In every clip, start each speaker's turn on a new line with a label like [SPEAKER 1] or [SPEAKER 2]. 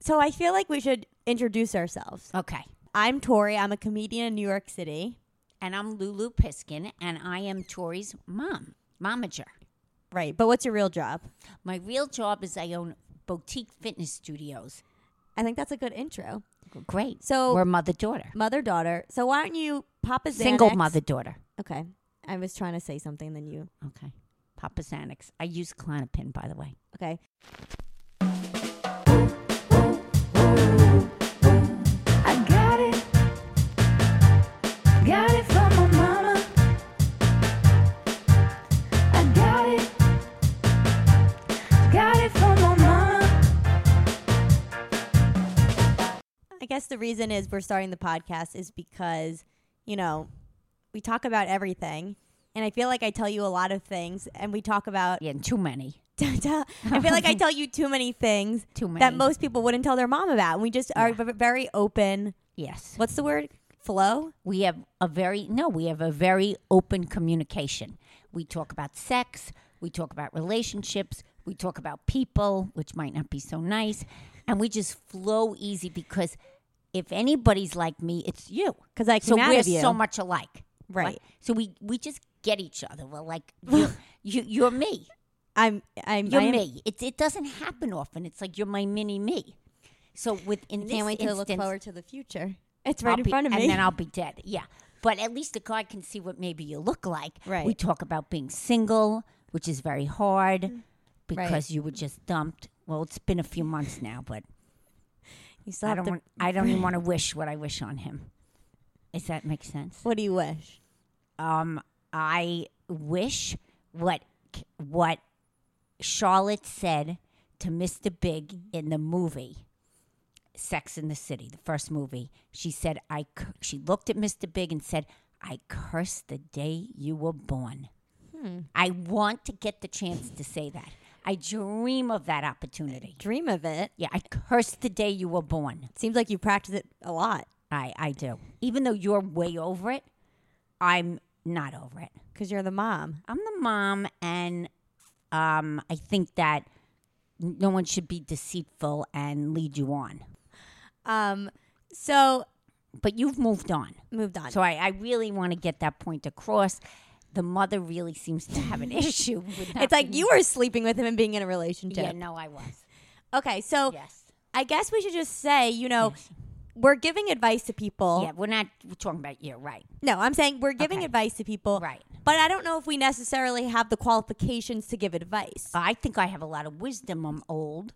[SPEAKER 1] So I feel like we should introduce ourselves.
[SPEAKER 2] Okay.
[SPEAKER 1] I'm Tori. I'm a comedian in New York City.
[SPEAKER 2] And I'm Lulu Piskin, and I am Tori's mom, momager.
[SPEAKER 1] Right. But what's your real job?
[SPEAKER 2] My real job is I own boutique fitness studios.
[SPEAKER 1] I think that's a good intro.
[SPEAKER 2] Great.
[SPEAKER 1] So-
[SPEAKER 2] we're mother daughter,
[SPEAKER 1] Mother daughter. So why don't you pop a Xanax?
[SPEAKER 2] single mother daughter.
[SPEAKER 1] Okay. I was trying to say something, then you.
[SPEAKER 2] Okay. Papa Xanax. I use Clonopin, by the way.
[SPEAKER 1] Okay.
[SPEAKER 3] I got it. Got it from my mama. I got it. Got it from my mama.
[SPEAKER 1] I guess the reason is we're starting the podcast is because, you know, we talk about everything. And I feel like I tell you a lot of things, and we talk about.
[SPEAKER 2] Yeah, too many.
[SPEAKER 1] I feel like I tell you too many things
[SPEAKER 2] Too many.
[SPEAKER 1] that most people wouldn't tell their mom about. And we just are v- very open.
[SPEAKER 2] Yes.
[SPEAKER 1] What's the word? Flow?
[SPEAKER 2] We have a very no, we have a very open communication. We talk about sex, we talk about relationships, we talk about people, which might not be so nice, and we just flow easy because if anybody's like me, it's you.
[SPEAKER 1] 'Cause I
[SPEAKER 2] so
[SPEAKER 1] came out
[SPEAKER 2] we're
[SPEAKER 1] of you.
[SPEAKER 2] so much alike,
[SPEAKER 1] Right.
[SPEAKER 2] So we we just get each other. We're like you, you you're me,
[SPEAKER 1] I'm. I'm.
[SPEAKER 2] you're
[SPEAKER 1] I am-
[SPEAKER 2] me. It it doesn't happen often. It's like you're my mini me. So within this
[SPEAKER 1] Can't wait to look
[SPEAKER 2] instance-
[SPEAKER 1] forward to the future. It's right
[SPEAKER 2] I'll
[SPEAKER 1] in
[SPEAKER 2] be-
[SPEAKER 1] front of me.
[SPEAKER 2] And then I'll be dead. Yeah. But at least the guy can see what maybe you look like.
[SPEAKER 1] Right.
[SPEAKER 2] We talk about being single, which is very hard
[SPEAKER 1] Mm.
[SPEAKER 2] because you were just dumped. Well, it's been a few months now, but
[SPEAKER 1] you still
[SPEAKER 2] I
[SPEAKER 1] have
[SPEAKER 2] don't
[SPEAKER 1] to-
[SPEAKER 2] want, I don't even want to wish what I wish on him. Does that make sense?
[SPEAKER 1] What do you wish?
[SPEAKER 2] Um, I wish what what Charlotte said to Mr. Big in the movie Sex in the City, the first movie. She said, "I." cu- She looked at Mr. Big and said, "I curse the day you were born." I want to get the chance to say that. I dream of that opportunity.
[SPEAKER 1] Dream of it.
[SPEAKER 2] Yeah, I curse the day you were born.
[SPEAKER 1] Seems like you practice it a lot
[SPEAKER 2] I I do. Even though you're way over it, I'm not over it.
[SPEAKER 1] because you're the mom.
[SPEAKER 2] I'm the mom, and um, I think that no one should be deceitful and lead you on.
[SPEAKER 1] Um. So
[SPEAKER 2] But you've moved on.
[SPEAKER 1] moved on.
[SPEAKER 2] So I, I really want to get that point across. The mother really seems to have an issue with not
[SPEAKER 1] it's like
[SPEAKER 2] being-
[SPEAKER 1] you were sleeping with him and being in a relationship.
[SPEAKER 2] Yeah, no, I was.
[SPEAKER 1] Okay. So
[SPEAKER 2] Yes.
[SPEAKER 1] I guess we should just say, you know, we're giving advice to people.
[SPEAKER 2] Yeah, we're not we're talking about you, right?
[SPEAKER 1] No, I'm saying we're giving
[SPEAKER 2] Okay.
[SPEAKER 1] advice to people.
[SPEAKER 2] Right.
[SPEAKER 1] But I don't know if we necessarily have the qualifications to give advice.
[SPEAKER 2] I think I have a lot of wisdom. I'm old.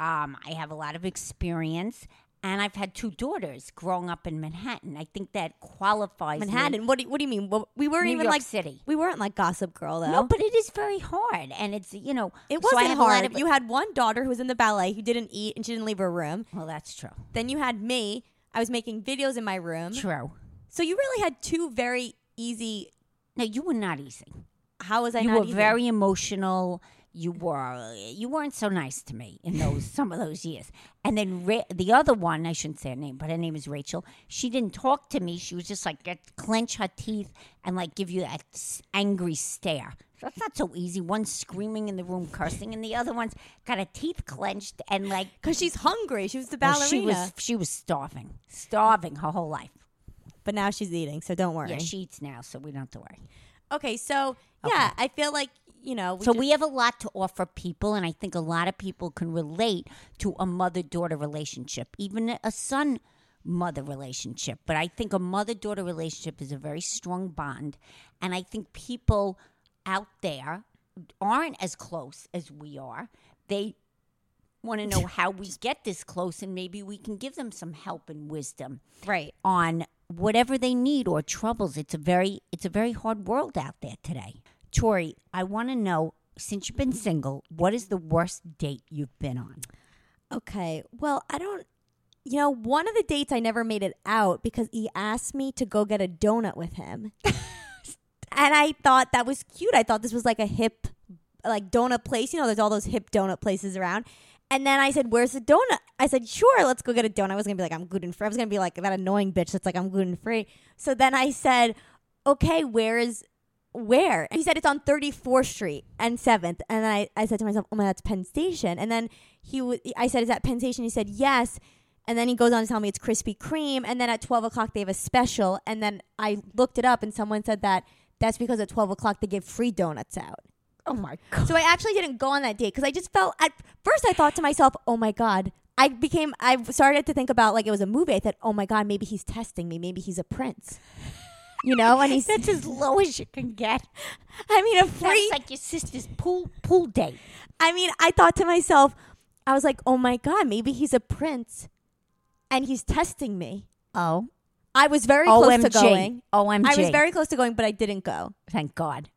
[SPEAKER 2] Um, I have a lot of experience, and I've had two daughters growing up in Manhattan. I think that qualifies me.
[SPEAKER 1] Manhattan. What do you, what do you mean? Well, we weren't
[SPEAKER 2] New
[SPEAKER 1] even
[SPEAKER 2] York
[SPEAKER 1] like
[SPEAKER 2] City.
[SPEAKER 1] We weren't like Gossip Girl though.
[SPEAKER 2] No, but it is very hard, and it's you know
[SPEAKER 1] it
[SPEAKER 2] so I
[SPEAKER 1] wasn't
[SPEAKER 2] have a lot
[SPEAKER 1] hard.
[SPEAKER 2] of-
[SPEAKER 1] you had one daughter who was in the ballet who didn't eat and she didn't leave her room.
[SPEAKER 2] well, that's true.
[SPEAKER 1] Then you had me. I was making videos in my room.
[SPEAKER 2] True.
[SPEAKER 1] So you really had two very easy.
[SPEAKER 2] No, you were not easy.
[SPEAKER 1] How was I?
[SPEAKER 2] you
[SPEAKER 1] not
[SPEAKER 2] were
[SPEAKER 1] easy?
[SPEAKER 2] very emotional. You were you weren't so nice to me in those some of those years. And then Ra- the other one, I shouldn't say her name, but her name is Rachel. She didn't talk to me. She was just like get- clench her teeth and like give you that s- angry stare. So that's not so easy. One's screaming in the room, cursing, and the other one's got her teeth clenched and like
[SPEAKER 1] because she's hungry. She was the
[SPEAKER 2] well,
[SPEAKER 1] ballerina,
[SPEAKER 2] she was she was starving, starving her whole life.
[SPEAKER 1] but now she's eating. So don't worry.
[SPEAKER 2] Yeah, she eats now, so we don't have to worry.
[SPEAKER 1] okay, so yeah, I feel like you know. We
[SPEAKER 2] so
[SPEAKER 1] ju-
[SPEAKER 2] we have a lot to offer people, and I think a lot of people can relate to a mother daughter relationship, even a son mother relationship. But I think a mother daughter relationship is a very strong bond, and I think people out there aren't as close as we are. They want to know how we get this close, and maybe we can give them some help and wisdom
[SPEAKER 1] right.
[SPEAKER 2] on whatever they need or troubles. It's a very it's a very hard world out there today. Tori, I want to know since you've been single, what is the worst date you've been on?
[SPEAKER 1] Okay. Well, I don't. You know, one of the dates I never made it out because he asked me to go get a donut with him. and I thought that was cute. I thought this was like a hip, like donut place. You know, there's all those hip donut places around. And then I said, Where's the donut? I said, Sure, let's go get a donut. I was going to be like, I'm gluten free. I was going to be like that annoying bitch that's like, I'm gluten free. So then I said, Okay, where is where? He said it's on 34th Street and 7th. And I, I said to myself, oh my, that's Penn Station. And then he, w- I said, is that Penn Station? He said, yes. And then he goes on to tell me it's Krispy Kreme. And then at 12 o'clock, they have a special. And then I looked it up and someone said that that's because at 12 o'clock, they give free donuts out.
[SPEAKER 2] Oh my god.
[SPEAKER 1] So I actually didn't go on that date because I just felt at first I thought to myself, "Oh my god." I became I started to think about like it was a movie. I thought, "Oh my god, maybe he's testing me. Maybe he's a prince." You know, and he's
[SPEAKER 2] That's as low as you can get.
[SPEAKER 1] I mean a
[SPEAKER 2] That's
[SPEAKER 1] free
[SPEAKER 2] like your sister's pool pool date.
[SPEAKER 1] I mean, I thought to myself, I was like, "Oh my god, maybe he's a prince and he's testing me."
[SPEAKER 2] Oh,
[SPEAKER 1] I was very close to going.
[SPEAKER 2] OMG.
[SPEAKER 1] I was very close to going, but I didn't go.
[SPEAKER 2] Thank God.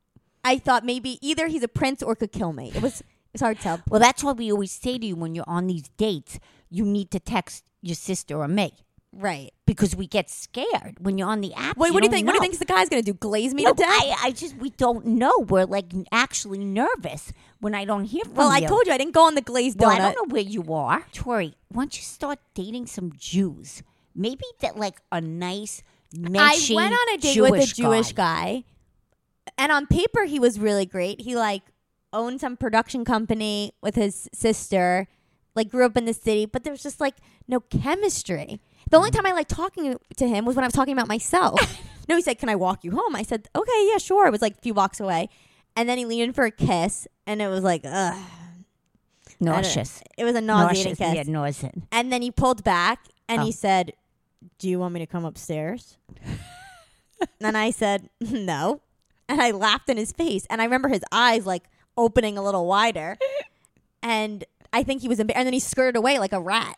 [SPEAKER 1] I thought maybe either he's a prince or could kill me. It was it's hard to tell.
[SPEAKER 2] Well, that's why we always say to you when you're on these dates, you need to text your sister or me
[SPEAKER 1] Right.
[SPEAKER 2] because we get scared when you're on the app.
[SPEAKER 1] Wait, what do you
[SPEAKER 2] don't
[SPEAKER 1] think? What do you
[SPEAKER 2] know.
[SPEAKER 1] think the guy's gonna do? Glaze me
[SPEAKER 2] No,
[SPEAKER 1] to death?
[SPEAKER 2] I, I just we don't know. We're like actually nervous when I don't hear from
[SPEAKER 1] Well, I
[SPEAKER 2] you.
[SPEAKER 1] told you I didn't go on the glazed
[SPEAKER 2] Well,
[SPEAKER 1] donut.
[SPEAKER 2] I don't know where you are, Tori. Once you start dating some Jews, maybe that like a nice.
[SPEAKER 1] I
[SPEAKER 2] menschy
[SPEAKER 1] went on a date with a Jewish guy. and on paper he was really great. He like owned some production company with his sister, like grew up in the city, but there was just like no chemistry. The only time I liked talking to him was when I was talking about myself. no, he said, "Can I walk you home?" I said, "Okay, yeah, sure." It was like a few blocks away, and then he leaned in for a kiss, and it was like, ugh,
[SPEAKER 2] Nauseous.
[SPEAKER 1] it was a nauseating
[SPEAKER 2] Nauseous.
[SPEAKER 1] kiss.
[SPEAKER 2] Yeah, nauseous.
[SPEAKER 1] And then he pulled back and
[SPEAKER 2] Oh.
[SPEAKER 1] he said, Do you want me to come upstairs? and I said, No. And I laughed in his face. And I remember his eyes like opening a little wider. And I think he was embarrassed. And then he skirted away like a rat.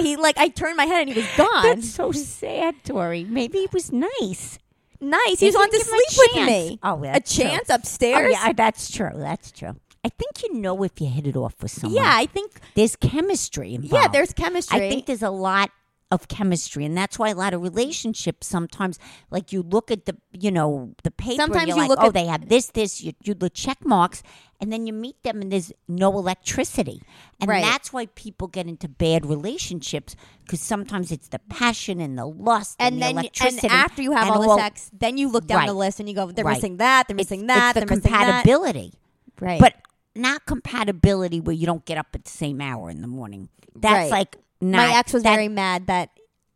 [SPEAKER 1] he like I turned my head and he was gone.
[SPEAKER 2] That's so sad, Tori. Maybe it was nice.
[SPEAKER 1] nice. He just
[SPEAKER 2] Maybe
[SPEAKER 1] wanted to
[SPEAKER 2] give him a
[SPEAKER 1] sleep with
[SPEAKER 2] chance.
[SPEAKER 1] me.
[SPEAKER 2] Oh,
[SPEAKER 1] a
[SPEAKER 2] that's true.
[SPEAKER 1] chance
[SPEAKER 2] Oh,
[SPEAKER 1] upstairs.
[SPEAKER 2] yeah, I- that's true. That's true. I think you know if you hit it off with someone.
[SPEAKER 1] yeah, I think
[SPEAKER 2] There's chemistry involved.
[SPEAKER 1] yeah, there's chemistry.
[SPEAKER 2] I think there's a lot of chemistry, and that's why a lot of relationships sometimes, like you look at the, you know, the paper.
[SPEAKER 1] Sometimes
[SPEAKER 2] you're
[SPEAKER 1] you
[SPEAKER 2] like,
[SPEAKER 1] look
[SPEAKER 2] oh,
[SPEAKER 1] at-
[SPEAKER 2] they have this, this. You, you the check marks, and then you meet them, and there's no electricity, and
[SPEAKER 1] Right.
[SPEAKER 2] that's why people get into bad relationships because sometimes it's the passion and the lust and,
[SPEAKER 1] and
[SPEAKER 2] the
[SPEAKER 1] then and
[SPEAKER 2] electricity.
[SPEAKER 1] after you have
[SPEAKER 2] and
[SPEAKER 1] all the sex, then you look down the
[SPEAKER 2] Right.
[SPEAKER 1] list and you go, they're
[SPEAKER 2] Right.
[SPEAKER 1] missing that, they're
[SPEAKER 2] it's,
[SPEAKER 1] missing
[SPEAKER 2] it's
[SPEAKER 1] that,
[SPEAKER 2] the
[SPEAKER 1] they're missing that.
[SPEAKER 2] compatibility,
[SPEAKER 1] Right.
[SPEAKER 2] but not compatibility where you don't get up at the same hour in the morning. That's
[SPEAKER 1] Right.
[SPEAKER 2] like not,
[SPEAKER 1] my ex was
[SPEAKER 2] that-
[SPEAKER 1] very mad that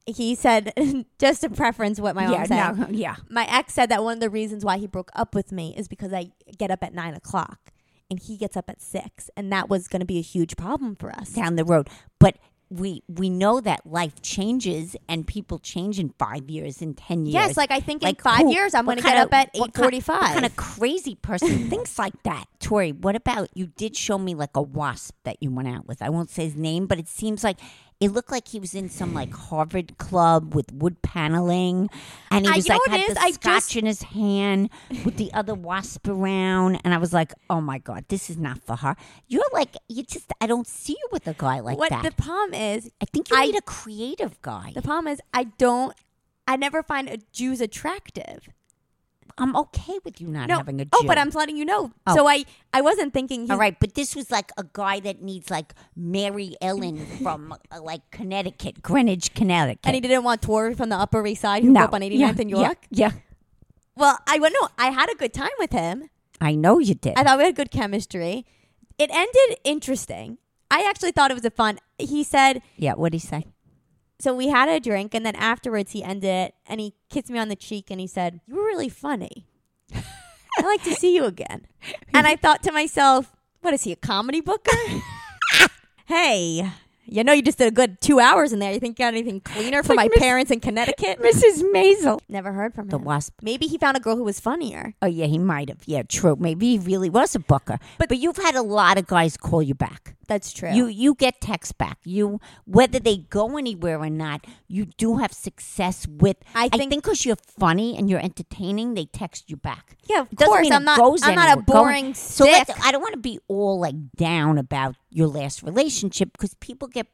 [SPEAKER 1] he said just to preference what my mom
[SPEAKER 2] yeah,
[SPEAKER 1] said.
[SPEAKER 2] no, yeah.
[SPEAKER 1] My ex said that one of the reasons why he broke up with me is because I get up at nine o'clock and he gets up at six, and that was going to be a huge problem for us.
[SPEAKER 2] down the road. But we we know that life changes and people change in five years, in ten years.
[SPEAKER 1] Yes, like, I think in five years, I'm
[SPEAKER 2] what
[SPEAKER 1] gonna get
[SPEAKER 2] kinda-
[SPEAKER 1] up at
[SPEAKER 2] what kind-
[SPEAKER 1] 8:45.
[SPEAKER 2] What kind of crazy person thinks like that, Tori? What about you? Did show me like a wasp that you went out with? I won't say his name, but it seems like. It looked like he was in some like Harvard club with wood paneling, and he
[SPEAKER 1] I-
[SPEAKER 2] was
[SPEAKER 1] you know
[SPEAKER 2] like
[SPEAKER 1] what
[SPEAKER 2] had
[SPEAKER 1] it is?
[SPEAKER 2] the
[SPEAKER 1] I
[SPEAKER 2] scotch
[SPEAKER 1] just-
[SPEAKER 2] in his hand with the other wasp around, and I was like, "Oh my god, this is not for her." You're like, you just I don't see you with a guy like
[SPEAKER 1] what
[SPEAKER 2] that.
[SPEAKER 1] the problem is,
[SPEAKER 2] I think you
[SPEAKER 1] I-
[SPEAKER 2] need a creative guy.
[SPEAKER 1] the problem is, I don't, I never find a Jews attractive.
[SPEAKER 2] I'm okay with you not
[SPEAKER 1] No,
[SPEAKER 2] having a Jew.
[SPEAKER 1] oh, but I'm letting you know.
[SPEAKER 2] Oh.
[SPEAKER 1] So I, I wasn't thinking. He's,
[SPEAKER 2] all right. But this was like a guy that needs like Mary Ellen from uh, like Connecticut, Greenwich, Connecticut.
[SPEAKER 1] and he didn't want Tori from the Upper East Side who grew up on 89th in York.
[SPEAKER 2] Yeah,
[SPEAKER 1] Well, I well, no, I had a good time with him.
[SPEAKER 2] I know you did.
[SPEAKER 1] I thought we had good chemistry. It ended interesting. I actually thought it was a fun. He said
[SPEAKER 2] yeah. What would he say?
[SPEAKER 1] so. We had a drink, and then afterwards, he ended it, and he kissed me on the cheek, and he said, "You were really funny. I'd like to see you again." And I thought to myself, "What is he a comedy booker? hey." You know, you just did a good two hours in there. You think you got anything cleaner for my parents in Connecticut?
[SPEAKER 2] Mrs. Maisel,
[SPEAKER 1] Never heard from
[SPEAKER 2] the
[SPEAKER 1] him.
[SPEAKER 2] wasp.
[SPEAKER 1] Maybe he found a girl who was funnier.
[SPEAKER 2] Oh yeah, he might have. Yeah, true. Maybe he really was a booker. But but you've had a lot of guys call you back.
[SPEAKER 1] That's true.
[SPEAKER 2] You you get text back. You whether they go anywhere or not, you do have success with.
[SPEAKER 1] I think-
[SPEAKER 2] because you're funny and you're entertaining, they text you back.
[SPEAKER 1] Yeah, of
[SPEAKER 2] It doesn't
[SPEAKER 1] course.
[SPEAKER 2] mean
[SPEAKER 1] I'm
[SPEAKER 2] it
[SPEAKER 1] not.
[SPEAKER 2] goes
[SPEAKER 1] I'm not a
[SPEAKER 2] anywhere. Going-
[SPEAKER 1] boring
[SPEAKER 2] So
[SPEAKER 1] stick.
[SPEAKER 2] let's, I don't want to be all like down about your last relationship because people get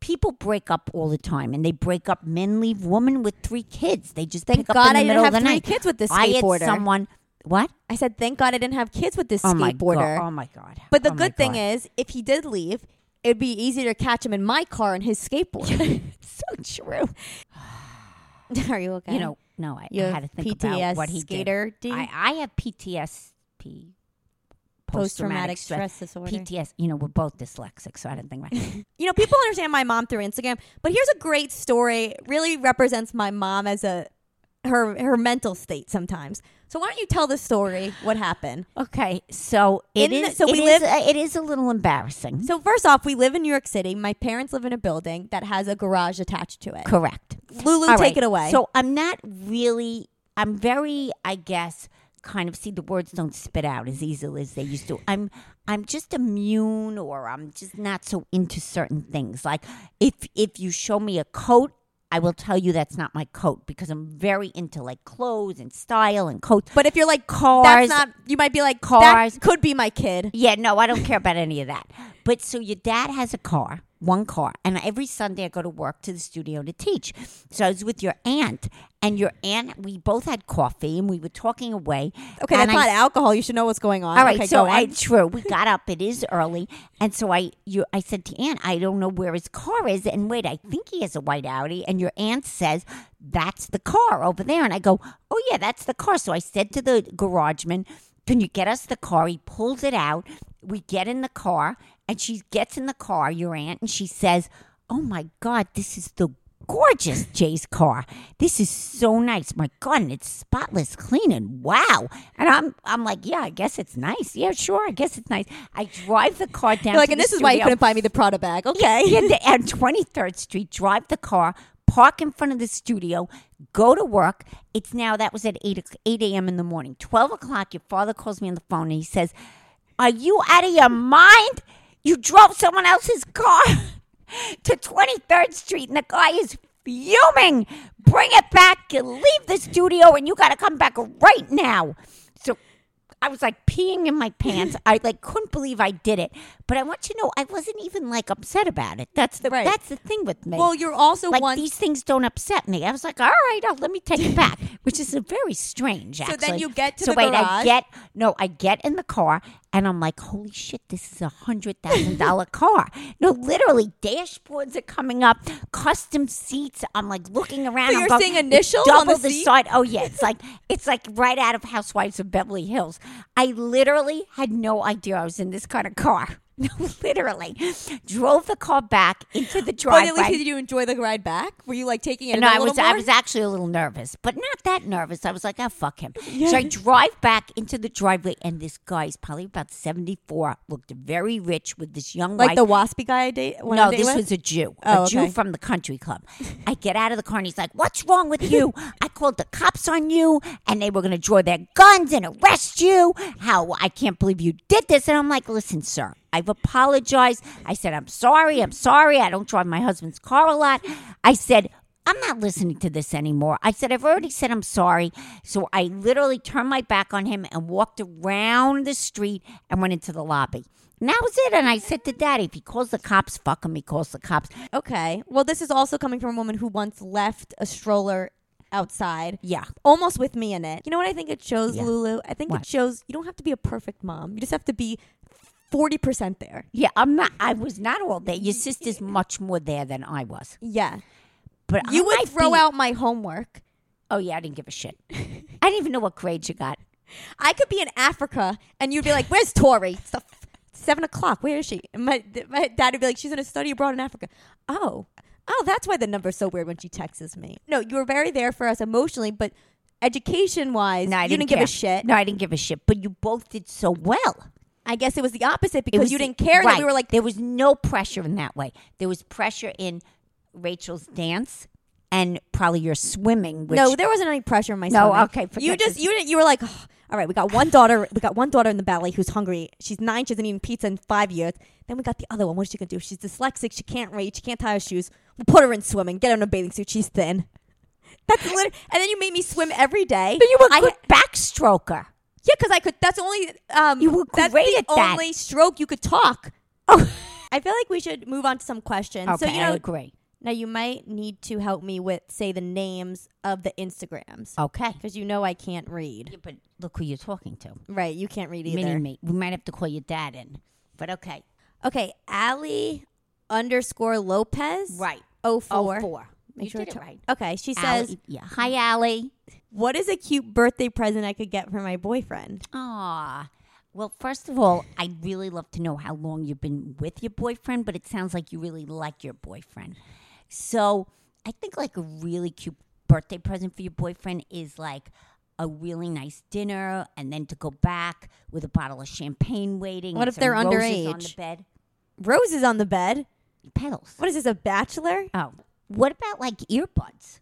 [SPEAKER 2] people break up all the time and they break up. Men leave women with three kids. They just
[SPEAKER 1] Thank
[SPEAKER 2] pick up
[SPEAKER 1] God
[SPEAKER 2] in the
[SPEAKER 1] I didn't
[SPEAKER 2] middle of
[SPEAKER 1] have
[SPEAKER 2] the
[SPEAKER 1] three
[SPEAKER 2] night.
[SPEAKER 1] kids with this
[SPEAKER 2] I had
[SPEAKER 1] skateboarder.
[SPEAKER 2] someone. What?
[SPEAKER 1] I said, thank God I didn't have kids with this
[SPEAKER 2] Oh my
[SPEAKER 1] skateboarder.
[SPEAKER 2] god! Oh my god!
[SPEAKER 1] But the
[SPEAKER 2] Oh my
[SPEAKER 1] good thing
[SPEAKER 2] God.
[SPEAKER 1] is, if he did leave, it'd be easier to catch him in my car and his skateboard.
[SPEAKER 2] so true.
[SPEAKER 1] Are you okay?
[SPEAKER 2] You know, no, I,
[SPEAKER 1] you
[SPEAKER 2] I
[SPEAKER 1] have
[SPEAKER 2] had to think
[SPEAKER 1] PTS
[SPEAKER 2] about what he
[SPEAKER 1] skater D?
[SPEAKER 2] did. I, I have PTSD,
[SPEAKER 1] post traumatic stress disorder.
[SPEAKER 2] PTS. You know, we're both dyslexic, so I didn't think right.
[SPEAKER 1] you know, people understand my mom through Instagram, but here's a great story. Really represents my mom as a her her mental state sometimes. So why don't you tell the story? What happened?
[SPEAKER 2] okay, so it
[SPEAKER 1] In the-
[SPEAKER 2] is.
[SPEAKER 1] so
[SPEAKER 2] it
[SPEAKER 1] we
[SPEAKER 2] is-
[SPEAKER 1] live-
[SPEAKER 2] uh, it is a little embarrassing.
[SPEAKER 1] So first off, we live in New York City. My parents live in a building that has a garage attached to it.
[SPEAKER 2] Correct.
[SPEAKER 1] Lulu, take
[SPEAKER 2] All right,
[SPEAKER 1] it away.
[SPEAKER 2] So I'm not really. I'm very. I guess kind of see the words don't spit out as easily as they used to. I'm. I'm just immune, or I'm just not so into certain things. Like if if you show me a coat. I will tell you that's not my coat because I'm very into like clothes and style and coats.
[SPEAKER 1] but if you're like
[SPEAKER 2] Cars.
[SPEAKER 1] that's not. You might be like
[SPEAKER 2] Cars.
[SPEAKER 1] That could be my kid.
[SPEAKER 2] Yeah, no, I don't care about any of that. But so your dad has a car, one car, and every Sunday I go to work to the studio to teach. So I was with your aunt, and your aunt, we both had coffee, and we were talking away.
[SPEAKER 1] Okay,
[SPEAKER 2] and
[SPEAKER 1] that's
[SPEAKER 2] I
[SPEAKER 1] not alcohol. You should know what's going on.
[SPEAKER 2] all right,
[SPEAKER 1] Okay,
[SPEAKER 2] so
[SPEAKER 1] go
[SPEAKER 2] I,
[SPEAKER 1] on.
[SPEAKER 2] true. We got up. It is early, and so I, you, I said to Aunt, I don't know where his car is, and wait, I think he has a white Audi. And your aunt says that's the car over there, and I go, oh yeah, that's the car. So I said to the garageman, can you get us the car? He pulls it out. We get in the car, and she gets in the car, your aunt, and she says, oh my God, this is the gorgeous Jay's car. This is so nice. My God, and it's spotless clean and wow. And I'm I'm like, yeah, I guess it's nice. Yeah, sure, I guess it's nice. I drive the car down.
[SPEAKER 1] You're like,
[SPEAKER 2] to
[SPEAKER 1] and
[SPEAKER 2] the
[SPEAKER 1] this is why you
[SPEAKER 2] studio.
[SPEAKER 1] couldn't buy me the Prada bag. Okay.
[SPEAKER 2] Yeah, the- on 23rd Street, drive the car, park in front of the studio, go to work. It's now, that was at 8, o- 8 a.m. in the morning. 12 o'clock, your father calls me on the phone and he says, Are you out of your mind? You drove someone else's car to 23rd Street and the guy is fuming. Bring it back. You leave the studio and you got to come back right now. So I was like peeing in my pants. I like couldn't believe I did it. But I want you to know I wasn't even like upset about it. That's the
[SPEAKER 1] Right.
[SPEAKER 2] that's the thing with me.
[SPEAKER 1] Well, you're also
[SPEAKER 2] like
[SPEAKER 1] one.
[SPEAKER 2] these things don't upset me. I was like, all right, oh, let me take it back, which is a very strange.
[SPEAKER 1] then
[SPEAKER 2] Actually.
[SPEAKER 1] you get to
[SPEAKER 2] so
[SPEAKER 1] the
[SPEAKER 2] wait, I
[SPEAKER 1] garage.
[SPEAKER 2] get no, I get in the car and I'm like, holy shit, this is a hundred thousand dollar car. No, literally, dashboards are coming up, custom seats. I'm like looking around.
[SPEAKER 1] So
[SPEAKER 2] I'm
[SPEAKER 1] you're
[SPEAKER 2] going,
[SPEAKER 1] seeing
[SPEAKER 2] it's
[SPEAKER 1] initials on
[SPEAKER 2] double
[SPEAKER 1] the seat?
[SPEAKER 2] side. Oh yeah, it's like it's like right out of Housewives of Beverly Hills. I literally had no idea I was in this kind of car. No, literally, drove the car back into the
[SPEAKER 1] but
[SPEAKER 2] driveway.
[SPEAKER 1] at least did you enjoy the ride back? Were you like taking it?
[SPEAKER 2] No,
[SPEAKER 1] in a
[SPEAKER 2] I
[SPEAKER 1] little
[SPEAKER 2] was I
[SPEAKER 1] more?
[SPEAKER 2] was actually a little nervous, but not that nervous. I was like, ah, fuck him. So I drive back into the driveway, and this guy is probably about seventy four, looked very rich with this young
[SPEAKER 1] like
[SPEAKER 2] wife.
[SPEAKER 1] the waspy guy I date. when I
[SPEAKER 2] no,
[SPEAKER 1] date
[SPEAKER 2] this
[SPEAKER 1] with?
[SPEAKER 2] was a Jew,
[SPEAKER 1] Oh,
[SPEAKER 2] a Jew
[SPEAKER 1] okay.
[SPEAKER 2] from the country club. I get out of the car and he's like, "What's wrong with you? I called the cops on you, and they were going to draw their guns and arrest you. How I can't believe you did this." And I'm like, "Listen, sir, I've apologized. I said I'm sorry. I'm sorry. I don't drive my husband's car a lot. I said." I'm not listening to this anymore. I said, I've already said I'm sorry. So I literally turned my back on him and walked around the street and went into the lobby. And that was it. And I said to daddy, if he calls the cops, fuck him. He calls the cops.
[SPEAKER 1] okay. Well, this is also coming from a woman who once left a stroller outside.
[SPEAKER 2] Yeah.
[SPEAKER 1] Almost with me in it. You know what I think it shows,
[SPEAKER 2] Yeah.
[SPEAKER 1] Lulu? I think
[SPEAKER 2] What?
[SPEAKER 1] it shows you don't have to be a perfect mom. You just have to be 40% there.
[SPEAKER 2] Yeah. I'm not, I was not all there. Your sister's much more there than I was.
[SPEAKER 1] Yeah.
[SPEAKER 2] But I
[SPEAKER 1] You would
[SPEAKER 2] might
[SPEAKER 1] throw
[SPEAKER 2] be-
[SPEAKER 1] out my homework.
[SPEAKER 2] Oh, yeah. I didn't give a shit. I didn't even know what grade you got.
[SPEAKER 1] I could be in Africa and you'd be like, Where's Tori? It's the f- seven o'clock. Where is she? And my, th- my dad would be like, She's in a study abroad in Africa. Oh, oh, that's why the number's so weird when she texts me. No, you were very there for us emotionally, but education wise,
[SPEAKER 2] No, I
[SPEAKER 1] you
[SPEAKER 2] didn't,
[SPEAKER 1] didn't, give
[SPEAKER 2] care.
[SPEAKER 1] a shit.
[SPEAKER 2] No, I didn't give a shit. But you both did so well.
[SPEAKER 1] I guess it was the opposite
[SPEAKER 2] It
[SPEAKER 1] because
[SPEAKER 2] was-
[SPEAKER 1] you didn't care that
[SPEAKER 2] right.
[SPEAKER 1] we were like,
[SPEAKER 2] there was no pressure in that way. There was pressure in Rachel's dance and probably your swimming. Which,
[SPEAKER 1] No, there wasn't any pressure on my
[SPEAKER 2] No,
[SPEAKER 1] stomach.
[SPEAKER 2] okay, forget
[SPEAKER 1] You just
[SPEAKER 2] this.
[SPEAKER 1] you didn't you were like, "Ugh, all right, we got one daughter we got one daughter in the ballet who's hungry. She's nine, she hasn't eaten pizza in five years. Then we got the other one. What's she gonna do? She's dyslexic, she can't read, she can't tie her shoes. We'll put her in swimming, get her in a bathing suit, she's thin. That's literally, and then you made me swim every day.
[SPEAKER 2] But you were a
[SPEAKER 1] I
[SPEAKER 2] good
[SPEAKER 1] ha-
[SPEAKER 2] backstroker.
[SPEAKER 1] yeah, because I could. That's only um.
[SPEAKER 2] You were
[SPEAKER 1] that's
[SPEAKER 2] great
[SPEAKER 1] the
[SPEAKER 2] at that.
[SPEAKER 1] only stroke you could talk.
[SPEAKER 2] Oh.
[SPEAKER 1] I feel like we should move on to some questions.
[SPEAKER 2] Okay,
[SPEAKER 1] so you
[SPEAKER 2] I
[SPEAKER 1] know,
[SPEAKER 2] agree.
[SPEAKER 1] now you might need to help me with say the names of the Instagrams
[SPEAKER 2] Okay.
[SPEAKER 1] because you know I can't read.
[SPEAKER 2] Yeah, but look who you're talking to.
[SPEAKER 1] Right, you can't read
[SPEAKER 2] Mini
[SPEAKER 1] either.
[SPEAKER 2] me. We might have to call your dad in. But okay.
[SPEAKER 1] Okay, Allie underscore Lopez.
[SPEAKER 2] Right.
[SPEAKER 1] Oh
[SPEAKER 2] Oh,
[SPEAKER 1] four.
[SPEAKER 2] four.
[SPEAKER 1] Make
[SPEAKER 2] You
[SPEAKER 1] sure
[SPEAKER 2] did
[SPEAKER 1] it's
[SPEAKER 2] it right.
[SPEAKER 1] Okay, she
[SPEAKER 2] Ally-
[SPEAKER 1] says,
[SPEAKER 2] yeah. Hi, Allie.
[SPEAKER 1] "What is a cute birthday present I could get for my boyfriend?"
[SPEAKER 2] Aw. Well, first of all, I'd really love to know how long you've been with your boyfriend, but it sounds like you really like your boyfriend. So I think like a really cute birthday present for your boyfriend is like a really nice dinner and then to go back with a bottle of champagne waiting.
[SPEAKER 1] What if
[SPEAKER 2] and
[SPEAKER 1] they're
[SPEAKER 2] some roses On the
[SPEAKER 1] underage?
[SPEAKER 2] bed.
[SPEAKER 1] Rose is on the bed.
[SPEAKER 2] Petals.
[SPEAKER 1] What is this? A bachelor?
[SPEAKER 2] Oh. What about like earbuds?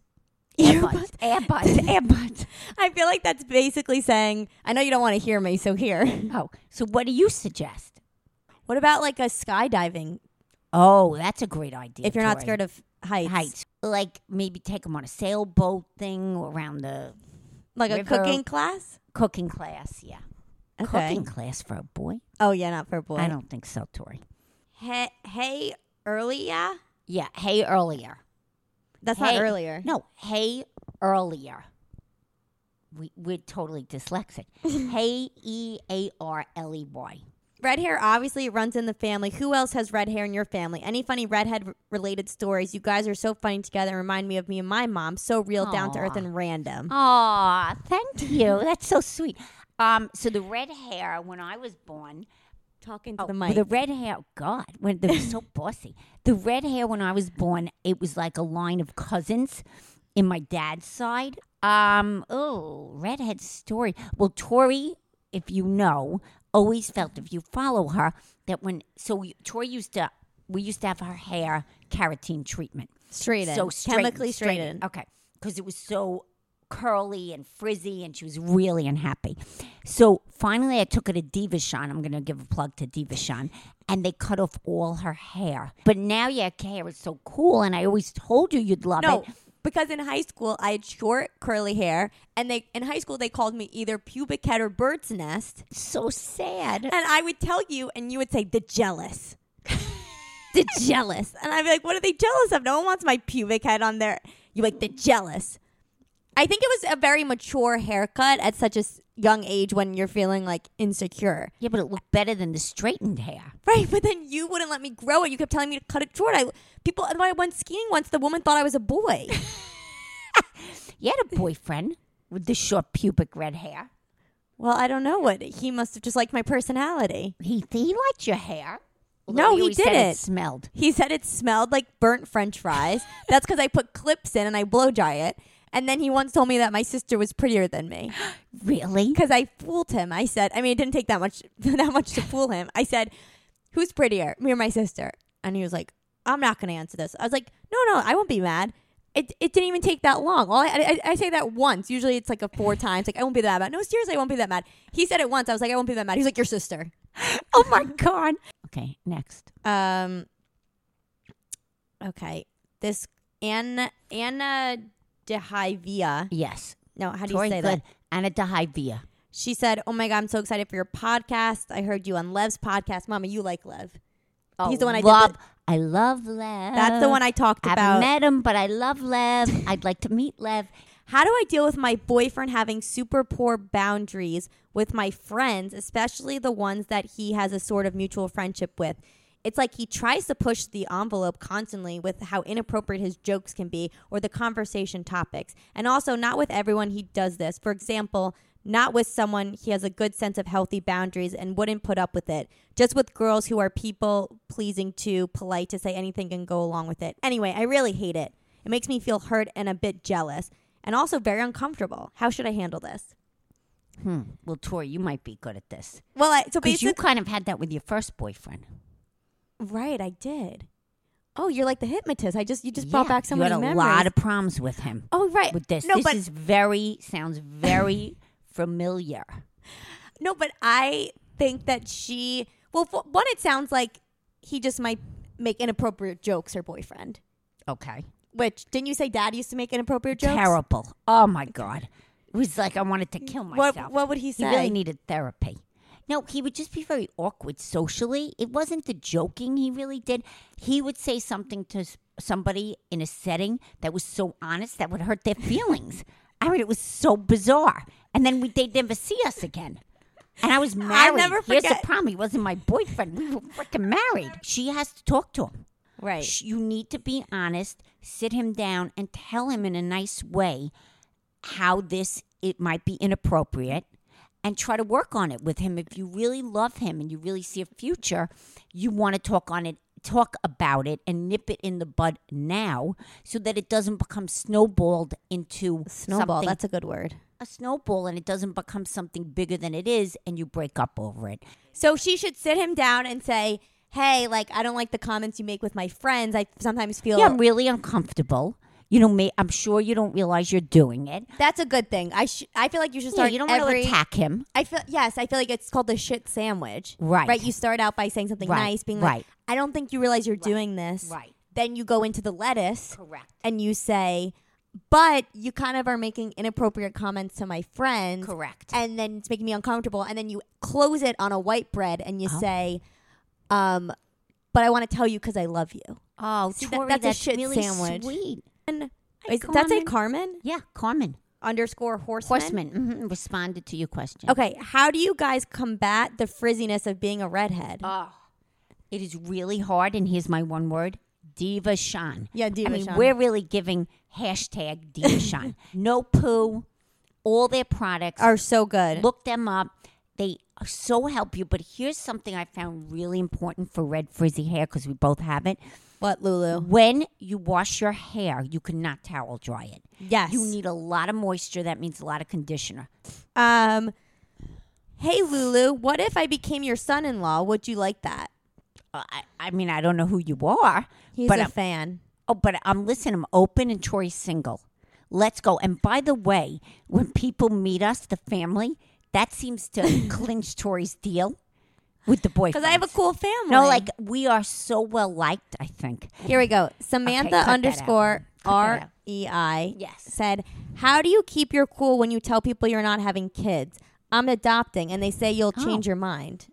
[SPEAKER 1] Earbuds.
[SPEAKER 2] Earbuds. Earbuds. Earbuds.
[SPEAKER 1] I feel like that's basically saying, "I know you don't want to hear me, so here."
[SPEAKER 2] oh. So what do you suggest?
[SPEAKER 1] What about like a skydiving?
[SPEAKER 2] Oh, that's a great idea.
[SPEAKER 1] If you're not
[SPEAKER 2] Tori.
[SPEAKER 1] scared of heights,
[SPEAKER 2] heights. Like maybe take them on a sailboat thing around the
[SPEAKER 1] like a
[SPEAKER 2] River.
[SPEAKER 1] cooking class.
[SPEAKER 2] cooking class. Yeah.
[SPEAKER 1] Okay.
[SPEAKER 2] Cooking class for a boy?
[SPEAKER 1] Oh yeah, not for a boy.
[SPEAKER 2] I don't think so, Tori.
[SPEAKER 1] Hey, hey, earlier.
[SPEAKER 2] Yeah. Hey, earlier.
[SPEAKER 1] That's
[SPEAKER 2] Hey.
[SPEAKER 1] not earlier.
[SPEAKER 2] No. Hey, earlier. We, we're totally dyslexic. hey, E A R L E Y.
[SPEAKER 1] Red hair obviously runs in the family. Who else has red hair in your family? Any funny redhead r- related stories? You guys are so funny together. Remind me of me and my mom. So real, down to earth,
[SPEAKER 2] Aw.
[SPEAKER 1] and random.
[SPEAKER 2] Aw, thank you. That's so sweet. Um, so the red hair when I was born,
[SPEAKER 1] Talking to
[SPEAKER 2] Oh,
[SPEAKER 1] the mic.
[SPEAKER 2] The red hair, God, when they were so bossy. The red hair when I was born, it was like a line of cousins in my dad's side. Um, oh, redhead story. Well, Tori, if you know, always felt if you follow her that when so we, Tori used to we used to have her hair carotene treatment.
[SPEAKER 1] straightened.
[SPEAKER 2] So straightened,
[SPEAKER 1] chemically straightened.
[SPEAKER 2] Okay. Because it was so curly and frizzy and she was really unhappy. So finally I took her to Divashan. I'm going to give a plug to Divashan. And they cut off all her hair. But now your hair is so cool and I always told you you'd love
[SPEAKER 1] No,
[SPEAKER 2] it.
[SPEAKER 1] because in high school I had short curly hair, and they in high school they called me either pubic head or bird's nest,
[SPEAKER 2] So sad.
[SPEAKER 1] and I would tell you, and you would say the jealous. the jealous. And I'd be like, what are they jealous of? No one wants my pubic head on there. You like the jealous. I think it was a very mature haircut at such a s- young age when you're feeling like insecure.
[SPEAKER 2] Yeah, but it looked better than the straightened hair.
[SPEAKER 1] Right, but then you wouldn't let me grow it. You kept telling me to cut it short. I people when I went skiing once, the woman thought I was a boy.
[SPEAKER 2] You had a boyfriend with the short pubic red hair.
[SPEAKER 1] well, I don't know what he must have just liked my personality.
[SPEAKER 2] He, he liked your hair.
[SPEAKER 1] No,
[SPEAKER 2] Although
[SPEAKER 1] he
[SPEAKER 2] always said
[SPEAKER 1] didn't.
[SPEAKER 2] It smelled.
[SPEAKER 1] He said it smelled like burnt french fries. That's because I put clips in and I blow dry it. And then he once told me that my sister was prettier than me
[SPEAKER 2] Really?
[SPEAKER 1] because I fooled him. I said, I mean, it didn't take that much that much to fool him. I said, "Who's prettier, me or my sister?" And he was like, "I'm not going to answer this." I was like, "No, no, I won't be mad." It, it didn't even take that long. Well, I, I, I say that once. Usually it's like a four times. Like I won't be that mad. No, seriously, I won't be that mad. He said it once. I was like, I won't be that mad. He's like, your sister.
[SPEAKER 2] Oh my God. Okay, next.
[SPEAKER 1] Um. Okay. This Anna Anna Dehivia.
[SPEAKER 2] Yes.
[SPEAKER 1] No, how do
[SPEAKER 2] Tori
[SPEAKER 1] you say that?
[SPEAKER 2] good. Anna Dahivia.
[SPEAKER 1] She said, "Oh my god, I'm so excited for your podcast. I heard you on Lev's podcast, Mama. You like Lev? He's the one I did
[SPEAKER 2] Oh, love.
[SPEAKER 1] the-
[SPEAKER 2] I love Lev.
[SPEAKER 1] Oh, That's the one I talked
[SPEAKER 2] I
[SPEAKER 1] about.
[SPEAKER 2] haven't met him, but I love Lev. I'd like to meet Lev.
[SPEAKER 1] How do I deal with my boyfriend having super poor boundaries with my friends, especially the ones that he has a sort of mutual friendship with? It's like he tries to push the envelope constantly with how inappropriate his jokes can be or the conversation topics. And also, not with everyone he does this. For example, not with someone he has a good sense of healthy boundaries and wouldn't put up with it. Just with girls who are people pleasing too, polite to say anything and go along with it. Anyway, I really hate it. It makes me feel hurt and a bit jealous and also very uncomfortable. How should I handle this?
[SPEAKER 2] Hmm. Well, Tori, you might be good at this
[SPEAKER 1] Well, I, so
[SPEAKER 2] because
[SPEAKER 1] basically,
[SPEAKER 2] you kind of had that with your first boyfriend.
[SPEAKER 1] right? I did. Oh, you're like the hypnotist. I just you just brought
[SPEAKER 2] Yeah,
[SPEAKER 1] back so
[SPEAKER 2] you
[SPEAKER 1] many
[SPEAKER 2] had a
[SPEAKER 1] memories.
[SPEAKER 2] lot of problems with him.
[SPEAKER 1] oh, right.
[SPEAKER 2] With this,
[SPEAKER 1] no,
[SPEAKER 2] this
[SPEAKER 1] but
[SPEAKER 2] is very sounds very familiar.
[SPEAKER 1] no, but I think that she. Well, for one, it sounds like he just might make inappropriate jokes. Her boyfriend,
[SPEAKER 2] Okay.
[SPEAKER 1] which didn't you say Dad used to make inappropriate jokes?
[SPEAKER 2] Terrible. Oh my God. It was like I wanted to kill myself.
[SPEAKER 1] What what would he
[SPEAKER 2] He
[SPEAKER 1] say?
[SPEAKER 2] really needed therapy. No, he would just be very awkward socially. It wasn't the joking he really did. He would say something to s- somebody in a setting that was so honest that would hurt their feelings. I mean, it was so bizarre. And then we, they'd never see us again. And I was married.
[SPEAKER 1] never
[SPEAKER 2] Here's the
[SPEAKER 1] forget-
[SPEAKER 2] problem. He wasn't my boyfriend. We were freaking married. She has to talk to him.
[SPEAKER 1] Right.
[SPEAKER 2] Sh- You need to be honest, sit him down and tell him in a nice way how this it might be inappropriate and try to work on it with him if you really love him and you really see a future you want to talk on it talk about it and nip it in the bud now so that it doesn't become snowballed into
[SPEAKER 1] Snowball.
[SPEAKER 2] something
[SPEAKER 1] That's a good word.
[SPEAKER 2] a snowball and it doesn't become something bigger than it is and you break up over it.
[SPEAKER 1] So she should sit him down and say, "Hey, like I don't like the comments you make with my friends. I sometimes feel
[SPEAKER 2] Yeah, I'm really uncomfortable. You know, may, I'm sure you don't realize you're doing it.
[SPEAKER 1] that's a good thing. I sh- I feel like you should
[SPEAKER 2] Yeah,
[SPEAKER 1] start
[SPEAKER 2] you don't want
[SPEAKER 1] every
[SPEAKER 2] to attack him.
[SPEAKER 1] I feel yes, I feel like it's called the shit sandwich.
[SPEAKER 2] Right.
[SPEAKER 1] Right, you start out by saying something
[SPEAKER 2] Right,
[SPEAKER 1] nice, being
[SPEAKER 2] right.
[SPEAKER 1] like, "I don't think you realize you're doing this."
[SPEAKER 2] right.
[SPEAKER 1] Then you go into the lettuce
[SPEAKER 2] Correct.
[SPEAKER 1] and you say, "But you kind of are making inappropriate comments to my friends."
[SPEAKER 2] Correct.
[SPEAKER 1] and then it's making me uncomfortable. And then you close it on a white bread and you
[SPEAKER 2] Oh.
[SPEAKER 1] say, um, but I want to tell you because I love you.
[SPEAKER 2] oh,
[SPEAKER 1] See, that-
[SPEAKER 2] Tori,
[SPEAKER 1] that's
[SPEAKER 2] that's,
[SPEAKER 1] a shit
[SPEAKER 2] really
[SPEAKER 1] sandwich.
[SPEAKER 2] sweet.
[SPEAKER 1] And is, that's
[SPEAKER 2] Carmen.
[SPEAKER 1] it, Carmen
[SPEAKER 2] Yeah, Carmen.
[SPEAKER 1] underscore horseman.
[SPEAKER 2] Horseman mhm, responded to your question.
[SPEAKER 1] Okay, how do you guys combat the frizziness of being a redhead?
[SPEAKER 2] Uh, It is really hard, and here's my one word Diva Shan.
[SPEAKER 1] Yeah, Diva
[SPEAKER 2] I mean,
[SPEAKER 1] Shan.
[SPEAKER 2] we're really giving hashtag Diva Shan. No poo, all their products.
[SPEAKER 1] Are so good.
[SPEAKER 2] Look them up. They so help you. But here's something I found really important for red frizzy hair because we both have it.
[SPEAKER 1] what Lulu?
[SPEAKER 2] When you wash your hair, you cannot towel dry it.
[SPEAKER 1] Yes.
[SPEAKER 2] You need a lot of moisture. That means a lot of conditioner.
[SPEAKER 1] Um, hey Lulu, what if I became your son-in-law? Would you like that?
[SPEAKER 2] Uh, I, I mean, I don't know who you are,
[SPEAKER 1] He's
[SPEAKER 2] but
[SPEAKER 1] a
[SPEAKER 2] I'm-
[SPEAKER 1] fan.
[SPEAKER 2] Oh, but I'm listening. I'm open and Tori's single. Let's go. And by the way, when people meet us, the family, that seems to clinch Tori's deal with the boyfriend.
[SPEAKER 1] Because I have a cool family.
[SPEAKER 2] no, like we are so well liked. I think.
[SPEAKER 1] Here we go. Samantha
[SPEAKER 2] cut that out.
[SPEAKER 1] underscore
[SPEAKER 2] Cut that out.
[SPEAKER 1] R E I
[SPEAKER 2] Yes.
[SPEAKER 1] said, How do you keep your cool when you tell people you're not having kids? I'm adopting, and they say you'll
[SPEAKER 2] Oh.
[SPEAKER 1] change your mind.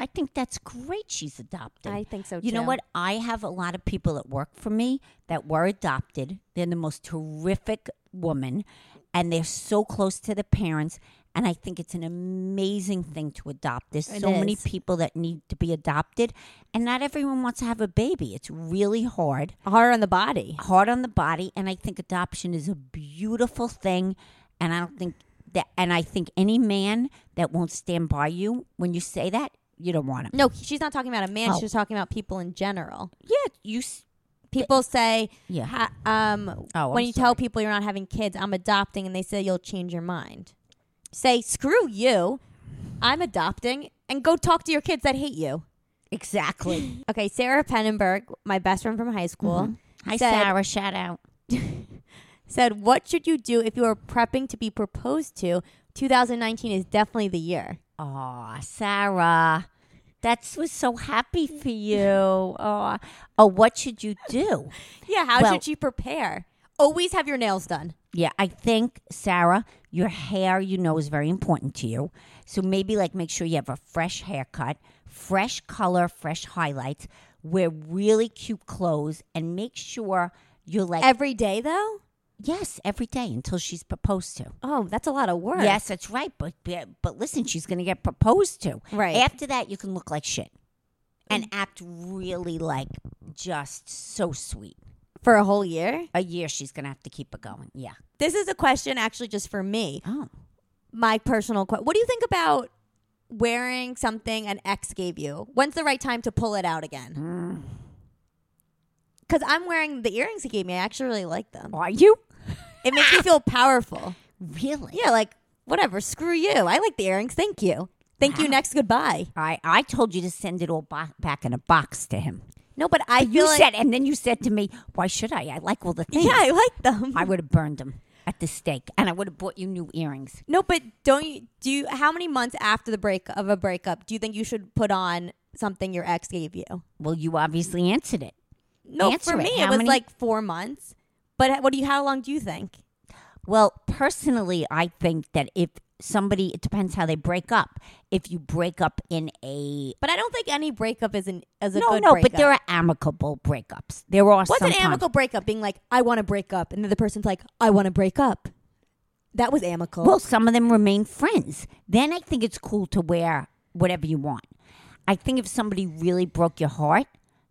[SPEAKER 2] I think that's great. She's adopted.
[SPEAKER 1] I think so,
[SPEAKER 2] You know
[SPEAKER 1] too.
[SPEAKER 2] what? I have a lot of people that work for me that were adopted. They're the most terrific woman, and they're so close to the parents. And I think it's an amazing thing to adopt. There's
[SPEAKER 1] It
[SPEAKER 2] so many
[SPEAKER 1] is.
[SPEAKER 2] people that need to be adopted, and not everyone wants to have a baby. It's really hard
[SPEAKER 1] Hard on the body.
[SPEAKER 2] hard on the body and i think adoption is a beautiful thing and i don't think that and i think any man that won't stand by you when you say that you don't want him
[SPEAKER 1] No, she's not talking about a man.
[SPEAKER 2] Oh.
[SPEAKER 1] She's talking about people in general.
[SPEAKER 2] yeah you s-
[SPEAKER 1] People say,
[SPEAKER 2] Yeah.
[SPEAKER 1] ha- um,
[SPEAKER 2] Oh,
[SPEAKER 1] when
[SPEAKER 2] I'm
[SPEAKER 1] you tell people you're not having kids, I'm adopting, and they say you'll change your mind. Say, screw you. I'm adopting, and go talk to your kids that hate you.
[SPEAKER 2] exactly
[SPEAKER 1] Okay, Sarah Pennenberg, my best friend from high school.
[SPEAKER 2] hi
[SPEAKER 1] said-
[SPEAKER 2] sarah shout out
[SPEAKER 1] said, "What should you do if you are prepping to be proposed to? 2019 is definitely the year."
[SPEAKER 2] oh sarah that's was so happy for you oh oh what should you do
[SPEAKER 1] Yeah, how
[SPEAKER 2] Well-
[SPEAKER 1] should you prepare? Always have your nails done.
[SPEAKER 2] Yeah, I think Sarah, your hair you know is very important to you. So maybe like make sure you have a fresh haircut, fresh color, fresh highlights, wear really cute clothes and make sure you're like
[SPEAKER 1] Every day though?
[SPEAKER 2] yes every day until she's proposed to.
[SPEAKER 1] Oh, that's a lot of work.
[SPEAKER 2] Yes, that's right, but but but listen, she's going to get proposed to.
[SPEAKER 1] Right. Mm.
[SPEAKER 2] After that you can look like shit and act really like just so sweet.
[SPEAKER 1] For a whole year?
[SPEAKER 2] A year she's going to have to keep it going. Yeah.
[SPEAKER 1] This is a question actually just for me.
[SPEAKER 2] Oh.
[SPEAKER 1] My personal question. What do you think about wearing something an ex gave you? When's the right time to pull it out again? Cuz I'm wearing the earrings he gave me. I actually really like them.
[SPEAKER 2] Are you?
[SPEAKER 1] It makes me feel powerful.
[SPEAKER 2] Really?
[SPEAKER 1] Yeah, like whatever. Screw you. I like the earrings. Thank you. Thank you. Next, goodbye.
[SPEAKER 2] I, I told you to send it all bo- back in a box to him.
[SPEAKER 1] No, but I
[SPEAKER 2] You
[SPEAKER 1] feel like
[SPEAKER 2] said, and then you said to me, "Why should I? I like all the things."
[SPEAKER 1] yeah, I like them.
[SPEAKER 2] I would have burned them at the stake, and I would have bought you new earrings.
[SPEAKER 1] no, but don't you do? You, how many months after the break of a breakup do you think you should put on something your ex gave you?
[SPEAKER 2] Well, you obviously answered it.
[SPEAKER 1] No,
[SPEAKER 2] Answer
[SPEAKER 1] for
[SPEAKER 2] it.
[SPEAKER 1] me it
[SPEAKER 2] How
[SPEAKER 1] was
[SPEAKER 2] many-
[SPEAKER 1] like four months. But uh, what do you? How long do you think?
[SPEAKER 2] Well, personally, I think that if somebody, it depends how they break up. If you break up in a
[SPEAKER 1] But I don't think any breakup is an is a
[SPEAKER 2] no,
[SPEAKER 1] good
[SPEAKER 2] no,
[SPEAKER 1] breakup.
[SPEAKER 2] but there are amicable breakups. There are
[SPEAKER 1] What's an
[SPEAKER 2] sometimes-
[SPEAKER 1] amicable breakup? Being like, I want to break up, and then the person's like, I want to break up. That was amicable.
[SPEAKER 2] Well, some of them remain friends. Then I think it's cool to wear whatever you want. I think if somebody really broke your heart,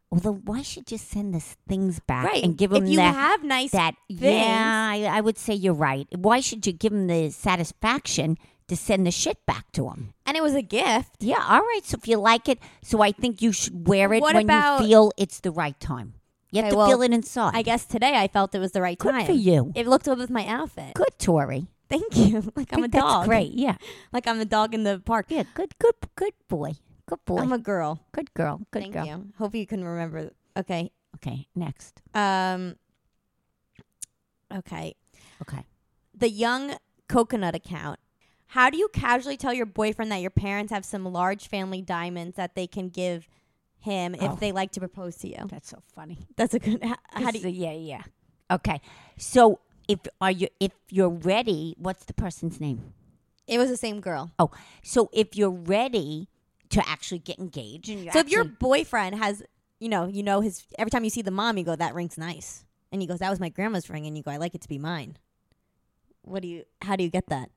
[SPEAKER 2] Although, why should you send the things back
[SPEAKER 1] right.
[SPEAKER 2] and give them
[SPEAKER 1] if you
[SPEAKER 2] that?
[SPEAKER 1] have nice
[SPEAKER 2] that
[SPEAKER 1] things,
[SPEAKER 2] yeah, I, I would say you're right. Why should you give them the satisfaction to send the shit back to them?
[SPEAKER 1] and it was a gift.
[SPEAKER 2] Yeah, all right. So if you like it, so I think you should wear it
[SPEAKER 1] What
[SPEAKER 2] when
[SPEAKER 1] about-
[SPEAKER 2] you feel it's the right time. You have
[SPEAKER 1] Okay,
[SPEAKER 2] to
[SPEAKER 1] well,
[SPEAKER 2] feel it inside.
[SPEAKER 1] I guess today I felt it was the right
[SPEAKER 2] Good
[SPEAKER 1] time
[SPEAKER 2] for you.
[SPEAKER 1] It looked good with my outfit.
[SPEAKER 2] Good, Tori.
[SPEAKER 1] Thank you. Like I'm a
[SPEAKER 2] Think that's
[SPEAKER 1] dog.
[SPEAKER 2] Great. Yeah.
[SPEAKER 1] Like I'm a dog in the park.
[SPEAKER 2] Yeah. Good. Good. Good boy. Good boy.
[SPEAKER 1] I'm a girl.
[SPEAKER 2] good girl. Good
[SPEAKER 1] Thank
[SPEAKER 2] girl.
[SPEAKER 1] you. Hope you can remember. Okay.
[SPEAKER 2] Okay. Next.
[SPEAKER 1] Um. Okay.
[SPEAKER 2] Okay.
[SPEAKER 1] The young coconut account. How do you casually tell your boyfriend that your parents have some large family diamonds that they can give him if
[SPEAKER 2] Oh.
[SPEAKER 1] they like to propose to you?
[SPEAKER 2] That's so funny.
[SPEAKER 1] That's a good. How, how do
[SPEAKER 2] This
[SPEAKER 1] you,
[SPEAKER 2] is a- yeah, yeah. Okay. So if are you if you're ready, what's the person's name?
[SPEAKER 1] it was the same girl.
[SPEAKER 2] Oh, so if you're ready to actually get engaged, and you
[SPEAKER 1] So if your
[SPEAKER 2] actually-
[SPEAKER 1] boyfriend has, you know, you know his every time you see the mom, you go, "That ring's nice," and he goes, "That was my grandma's ring," and you go, "I like it to be mine." What do you? How do you get that?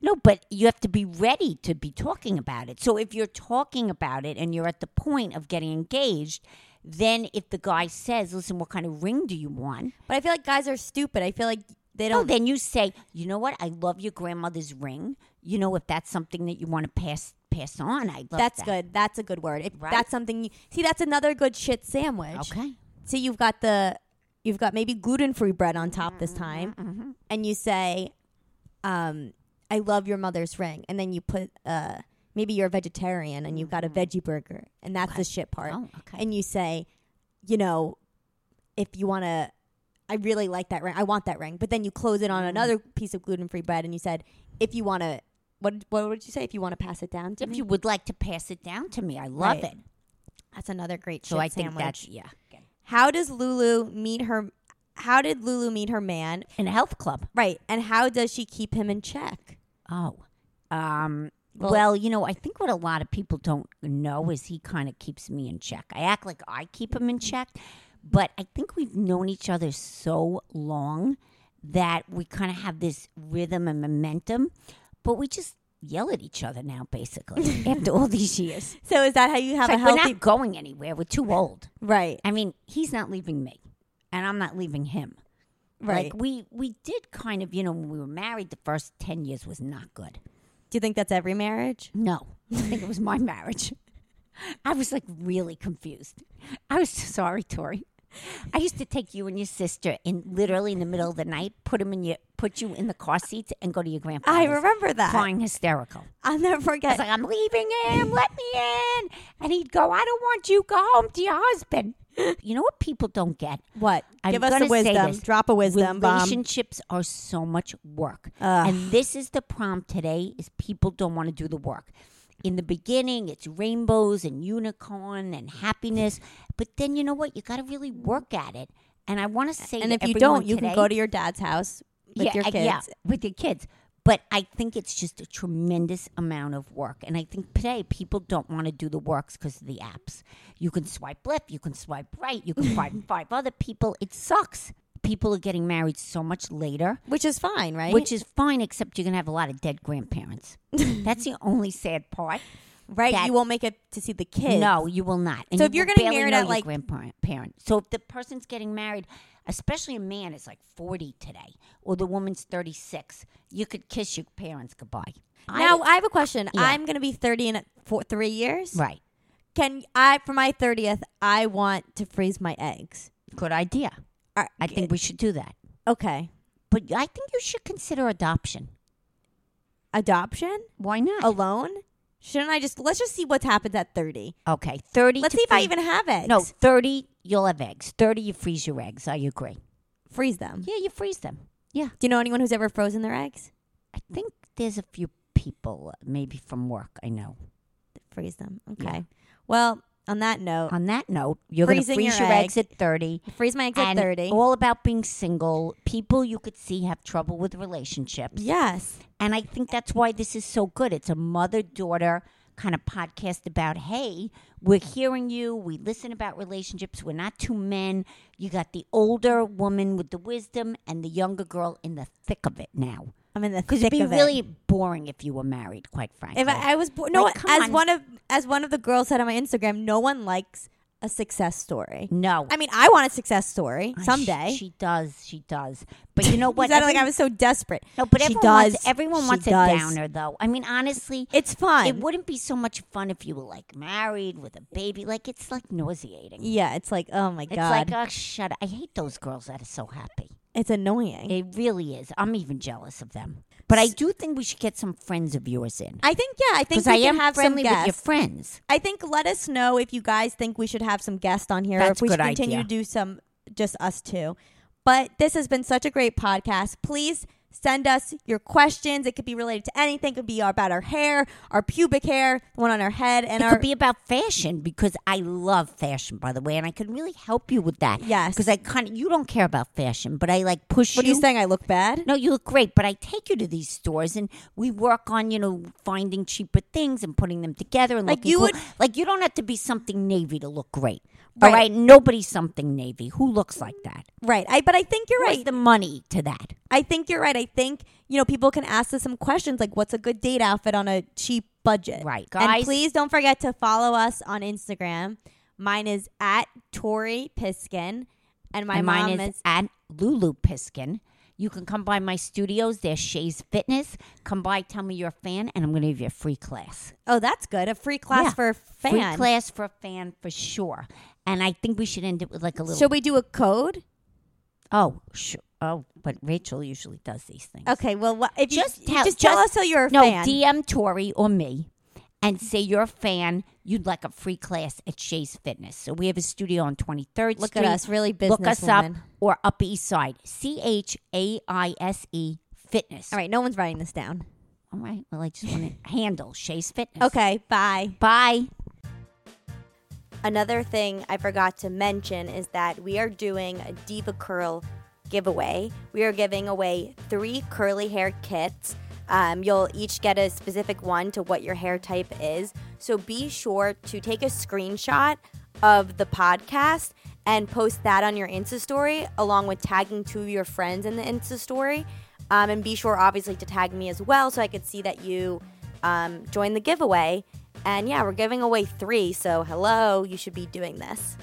[SPEAKER 2] No, but you have to be ready to be talking about it. So if you're talking about it and you're at the point of getting engaged, then if the guy says, "Listen, what kind of ring do you want?"
[SPEAKER 1] But I feel like guys are stupid. I feel like Oh, they
[SPEAKER 2] No,
[SPEAKER 1] don't.
[SPEAKER 2] then you say, "You know what? I love your grandmother's ring. You know, if that's something that you want to pass pass on, I love
[SPEAKER 1] that's
[SPEAKER 2] that."
[SPEAKER 1] good. That's a good word. If
[SPEAKER 2] Right?
[SPEAKER 1] That's something. You, see, that's another good shit sandwich.
[SPEAKER 2] Okay.
[SPEAKER 1] See, you've got the, you've got maybe gluten free bread on top this time, and you say, um, "I love your mother's ring," and then you put uh. Maybe you're a vegetarian and you've got a veggie burger, and that's the shit part.
[SPEAKER 2] Oh, okay.
[SPEAKER 1] and you say, you know, if you want to, I really like that ring. I want that ring. But then you close it on another piece of gluten free bread, and you said, if you want to, what what would you say? If you want to pass it down to
[SPEAKER 2] if
[SPEAKER 1] me,
[SPEAKER 2] you would like to pass it down to me, I love
[SPEAKER 1] Right.
[SPEAKER 2] it.
[SPEAKER 1] that's another great.
[SPEAKER 2] So
[SPEAKER 1] shit
[SPEAKER 2] I think
[SPEAKER 1] sandwich.
[SPEAKER 2] that's yeah,
[SPEAKER 1] how does Lulu meet her? How did Lulu meet her man?
[SPEAKER 2] in a health club.
[SPEAKER 1] Right, and how does she keep him in check?
[SPEAKER 2] Oh, um,
[SPEAKER 1] Well-
[SPEAKER 2] well, you know, I think what a lot of people don't know is he kind of keeps me in check. I act like I keep him in check, but I think we've known each other so long that we kind of have this rhythm and momentum, but we just yell at each other now, basically, after all these years.
[SPEAKER 1] So is that how you have
[SPEAKER 2] It's
[SPEAKER 1] a
[SPEAKER 2] like we're
[SPEAKER 1] healthy?
[SPEAKER 2] not going anywhere. We're too old.
[SPEAKER 1] right,
[SPEAKER 2] I mean, he's not leaving me, and I'm not leaving him.
[SPEAKER 1] right.
[SPEAKER 2] Like we we did kind of, you know, when we were married, the first ten years was not good.
[SPEAKER 1] Do you think that's every marriage?
[SPEAKER 2] No, I think it was my marriage. I was like really confused. I was so sorry, Tori. I used to take you and your sister in literally in the middle of the night, put 'em in your, put you in the car seats, and go to your grandfather's.
[SPEAKER 1] I remember that.
[SPEAKER 2] crying hysterical.
[SPEAKER 1] I'll never
[SPEAKER 2] I
[SPEAKER 1] forget.
[SPEAKER 2] was like, "I'm leaving him. Let me in." And he'd go, "I don't want you. Go home to your husband." You know what people don't get?
[SPEAKER 1] what?
[SPEAKER 2] I'm
[SPEAKER 1] Give us
[SPEAKER 2] gonna
[SPEAKER 1] a
[SPEAKER 2] say
[SPEAKER 1] wisdom.
[SPEAKER 2] this.
[SPEAKER 1] Drop a wisdom bomb.
[SPEAKER 2] Relationships are so much work.
[SPEAKER 1] Ugh.
[SPEAKER 2] And this is the problem today is people don't want to do the work. In the beginning, it's rainbows and unicorn and happiness, but then you know what? You got to really work at it. And I want to say,
[SPEAKER 1] And
[SPEAKER 2] to
[SPEAKER 1] if you
[SPEAKER 2] everyone
[SPEAKER 1] don't, you
[SPEAKER 2] today-
[SPEAKER 1] can go to your dad's house with your
[SPEAKER 2] uh,
[SPEAKER 1] kids.
[SPEAKER 2] with your kids. But I think it's just a tremendous amount of work. And I think today people don't want to do the works because of the apps. You can swipe left, you can swipe right, you can find five other people. It sucks. People are getting married so much later,
[SPEAKER 1] Which is fine, right?
[SPEAKER 2] which is fine, except you're going to have a lot of dead grandparents. That's the only sad part.
[SPEAKER 1] right,
[SPEAKER 2] that-
[SPEAKER 1] you won't make it to see the kids.
[SPEAKER 2] No, you will not. And
[SPEAKER 1] So
[SPEAKER 2] you
[SPEAKER 1] if you're
[SPEAKER 2] will
[SPEAKER 1] getting
[SPEAKER 2] barely
[SPEAKER 1] married
[SPEAKER 2] know
[SPEAKER 1] at,
[SPEAKER 2] your
[SPEAKER 1] like-
[SPEAKER 2] grandparent, parent. so if the person's getting married, especially a man is like 40 today, or the woman's 36, you could kiss your parents goodbye. I-
[SPEAKER 1] Now I have a question.
[SPEAKER 2] Yeah.
[SPEAKER 1] I'm going to be 30 in four, three years.
[SPEAKER 2] right,
[SPEAKER 1] Can I, for my 30th, I want to freeze my eggs.
[SPEAKER 2] good idea.
[SPEAKER 1] Are-
[SPEAKER 2] I think we should do that,
[SPEAKER 1] Okay,
[SPEAKER 2] but I think you should consider adoption.
[SPEAKER 1] adoption
[SPEAKER 2] Why not?
[SPEAKER 1] alone. Shouldn't I just let's just see what's happened at 30?
[SPEAKER 2] okay, 30.
[SPEAKER 1] Let's
[SPEAKER 2] to
[SPEAKER 1] see if I
[SPEAKER 2] freeze-
[SPEAKER 1] even have eggs.
[SPEAKER 2] No, 30. You'll have eggs. 30, you freeze your eggs. I agree.
[SPEAKER 1] freeze them.
[SPEAKER 2] Yeah, you freeze them. Yeah,
[SPEAKER 1] Do you know anyone who's ever frozen their eggs?
[SPEAKER 2] I think there's a few people, maybe from work. I know.
[SPEAKER 1] Freeze them. Okay.
[SPEAKER 2] Yeah.
[SPEAKER 1] Well, on that note,
[SPEAKER 2] On that note, you're going to
[SPEAKER 1] Freezing
[SPEAKER 2] freeze
[SPEAKER 1] your
[SPEAKER 2] your, eggs
[SPEAKER 1] egg.
[SPEAKER 2] at 30.
[SPEAKER 1] freeze my eggs at
[SPEAKER 2] and
[SPEAKER 1] 30.
[SPEAKER 2] All about being single. People you could see have trouble with relationships.
[SPEAKER 1] yes.
[SPEAKER 2] And I think that's why this is so good. It's a mother daughter kind of podcast about hey, we're hearing you. We listen about relationships. We're not two men. You got the older woman with the wisdom and the younger girl in the thick of it now.
[SPEAKER 1] I'm in the
[SPEAKER 2] Because
[SPEAKER 1] thick
[SPEAKER 2] it'd be
[SPEAKER 1] of it.
[SPEAKER 2] really boring if you were married, quite frankly.
[SPEAKER 1] If I, I was born, no,
[SPEAKER 2] Like,
[SPEAKER 1] one- as
[SPEAKER 2] come on.
[SPEAKER 1] one of as one of the girls said on my Instagram, no one likes a success story.
[SPEAKER 2] No.
[SPEAKER 1] I mean, I want a success story
[SPEAKER 2] Mm. I-
[SPEAKER 1] someday.
[SPEAKER 2] She, she does. She does. But you know what?
[SPEAKER 1] Is that like
[SPEAKER 2] Every-
[SPEAKER 1] I was so desperate?
[SPEAKER 2] no, but
[SPEAKER 1] she
[SPEAKER 2] everyone
[SPEAKER 1] does.
[SPEAKER 2] wants, everyone
[SPEAKER 1] She
[SPEAKER 2] wants
[SPEAKER 1] does.
[SPEAKER 2] a downer, though. I mean, honestly,
[SPEAKER 1] It's fun.
[SPEAKER 2] it wouldn't be so much fun if you were like married with a baby. Like, it's like nauseating.
[SPEAKER 1] yeah, it's like oh my
[SPEAKER 2] It's
[SPEAKER 1] god,
[SPEAKER 2] like, oh, shut up. I hate those girls that are so happy.
[SPEAKER 1] it's annoying.
[SPEAKER 2] It really is. I'm even jealous of them. But I do think we should get some friends of yours in.
[SPEAKER 1] I think yeah, I think
[SPEAKER 2] Because
[SPEAKER 1] we
[SPEAKER 2] I
[SPEAKER 1] can
[SPEAKER 2] am
[SPEAKER 1] have some
[SPEAKER 2] friendly with your
[SPEAKER 1] guests.
[SPEAKER 2] friends.
[SPEAKER 1] I think let us know if you guys think we should have some guests on here, or
[SPEAKER 2] That's
[SPEAKER 1] if we should
[SPEAKER 2] good
[SPEAKER 1] continue
[SPEAKER 2] idea.
[SPEAKER 1] to do some just us two. But this has been such a great podcast. Please send us your questions. It could be related to anything. It could be about our hair, our pubic hair, the one on our head, and
[SPEAKER 2] it
[SPEAKER 1] our
[SPEAKER 2] could be about fashion because I love fashion, by the way, and I could really help you with that.
[SPEAKER 1] Yes.
[SPEAKER 2] because I kind of you don't care about fashion, but I like push
[SPEAKER 1] What are
[SPEAKER 2] you.
[SPEAKER 1] you saying? I look bad?
[SPEAKER 2] No, you look great, but I take you to these stores and we work on you know finding cheaper things and putting them together and
[SPEAKER 1] Like
[SPEAKER 2] looking
[SPEAKER 1] you
[SPEAKER 2] cool.
[SPEAKER 1] would-
[SPEAKER 2] like you don't have to be something navy to look great.
[SPEAKER 1] Right.
[SPEAKER 2] All right, nobody's something navy who looks like that.
[SPEAKER 1] Right. I but I think you're
[SPEAKER 2] Where's
[SPEAKER 1] right.
[SPEAKER 2] the money to that?
[SPEAKER 1] I think you're right. I think, you know, people can ask us some questions like what's a good date outfit on a cheap budget?
[SPEAKER 2] Right,
[SPEAKER 1] And
[SPEAKER 2] guys.
[SPEAKER 1] please don't forget to follow us on Instagram. Mine is at Tori Piskin. And my
[SPEAKER 2] and
[SPEAKER 1] mom
[SPEAKER 2] mine is,
[SPEAKER 1] is
[SPEAKER 2] at Lulu Piskin. You can come by my studios. There's Shays Fitness. Come by, tell me you're a fan, and I'm going to give you a free class.
[SPEAKER 1] Oh, that's good. A free class
[SPEAKER 2] Yeah.
[SPEAKER 1] for a fan.
[SPEAKER 2] Free class for a fan for sure. And I think we should end it with like a little.
[SPEAKER 1] Should we do a code?
[SPEAKER 2] oh, sh- oh, but Rachel usually does these things.
[SPEAKER 1] Okay, well, what, if
[SPEAKER 2] Just
[SPEAKER 1] you,
[SPEAKER 2] tell,
[SPEAKER 1] just tell us who you're a
[SPEAKER 2] no,
[SPEAKER 1] fan.
[SPEAKER 2] DM Tori or me and say you're a fan. You'd like a free class at Shays Fitness. So we have a studio on 23rd
[SPEAKER 1] Look at
[SPEAKER 2] Street.
[SPEAKER 1] us, really business
[SPEAKER 2] Look us up or Upper East Side. C H A I S E Fitness.
[SPEAKER 1] All right, no one's writing this down.
[SPEAKER 2] All right. Well, I just want to handle Shay's Fitness.
[SPEAKER 1] Okay, bye.
[SPEAKER 2] Bye.
[SPEAKER 1] Another thing I forgot to mention is that we are doing a Diva Curl giveaway. We are giving away three curly hair kits. Um, you'll each get a specific one to what your hair type is. So be sure to take a screenshot of the podcast and post that on your Insta story, along with tagging two of your friends in the Insta story. Um, and be sure, obviously, to tag me as well so I could see that you um, join the giveaway. And yeah, we're giving away three. So, hello, you should be doing this.